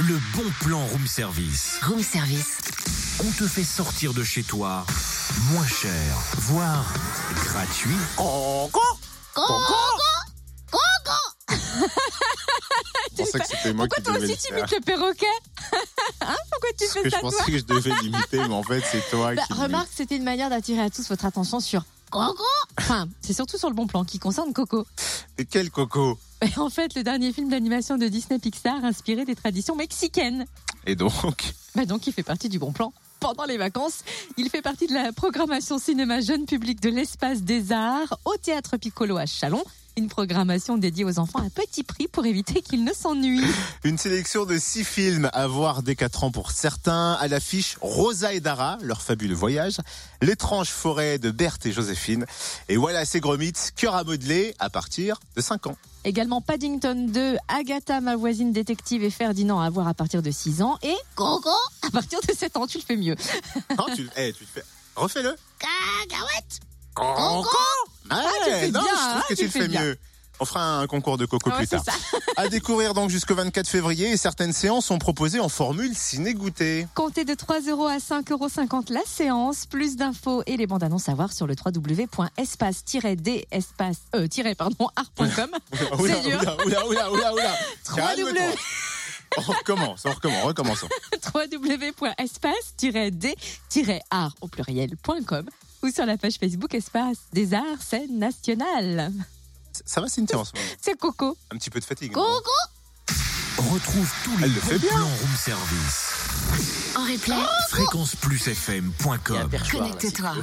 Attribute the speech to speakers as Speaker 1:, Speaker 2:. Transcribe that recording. Speaker 1: Le bon plan room service.
Speaker 2: Room service.
Speaker 1: On te fait sortir de chez toi moins cher, voire gratuit. Encore
Speaker 3: Je pensais que c'était moi
Speaker 4: Pourquoi
Speaker 3: qui
Speaker 4: toi
Speaker 3: devais
Speaker 4: aussi
Speaker 3: le
Speaker 4: tu
Speaker 3: faire.
Speaker 4: imites le perroquet Hein Pourquoi tu
Speaker 3: que
Speaker 4: fais
Speaker 3: je
Speaker 4: ça toi
Speaker 3: pensais que je devais l'imiter, mais en fait, c'est toi
Speaker 4: Bah,
Speaker 3: qui. l'imites.
Speaker 4: Remarque, c'était une manière d'attirer à tous votre attention sur Coco. Enfin, c'est surtout sur le bon plan qui concerne Coco.
Speaker 3: Et quel coco
Speaker 4: Mais en fait, le dernier film d'animation de Disney Pixar inspiré des traditions mexicaines.
Speaker 3: Et donc,
Speaker 4: Bah donc, il fait partie du bon plan. Pendant les vacances, il fait partie de la programmation cinéma jeune public de l'espace des arts au théâtre Piccolo à Chalon. Une programmation dédiée aux enfants à petit prix pour éviter qu'ils ne s'ennuient.
Speaker 3: une sélection de six films à voir dès 4 ans pour certains. À l'affiche, Rosa et Dara, leur fabuleux voyage. L'étrange forêt de Berthe et Joséphine. Et voilà, c'est Gromit, cœur à modeler à partir de 5 ans.
Speaker 4: Également Paddington 2, Agatha, ma voisine détective et Ferdinand à voir à partir de 6 ans. Et Coco À partir de 7 ans, tu le fais mieux.
Speaker 3: Non, tu, le- eh, tu le fais. Refais-le.
Speaker 1: Encore
Speaker 3: Ah,
Speaker 4: tu le fais
Speaker 3: non,
Speaker 4: bien,
Speaker 3: je trouve
Speaker 4: hein,
Speaker 3: que tu,
Speaker 4: tu
Speaker 3: le fais,
Speaker 4: le fais bien.
Speaker 3: mieux. On fera un concours de coco
Speaker 4: Ouais,
Speaker 3: plus
Speaker 4: c'est
Speaker 3: tard. À découvrir donc jusqu'au 24 février et certaines séances sont proposées en formule ciné-goûtée.
Speaker 4: Comptez de 3 euros à 5,50 euros la séance. Plus d'infos et les bandes annonces à voir sur le www.espace-d-espace-art.com.
Speaker 3: Oula,
Speaker 4: C'est dur.
Speaker 3: oula, oula, oula, oula, oula.
Speaker 4: Trois
Speaker 3: Calme-toi.
Speaker 4: W.
Speaker 3: On recommence, on recommence, recommençons.
Speaker 4: www.espace-d-art au pluriel.com ou sur la page Facebook Espace des Arts Scènes Nationales.
Speaker 3: Ça va, Cynthia, en ce moment
Speaker 4: C'est Coco.
Speaker 3: Un petit peu de fatigue. non
Speaker 4: Coco
Speaker 1: Retrouve tous les
Speaker 3: Elle le fait
Speaker 1: bons
Speaker 3: bien. Ah
Speaker 1: plans room service.
Speaker 2: En replay,
Speaker 1: Fréquenceplusfm.com
Speaker 2: connecte-toi.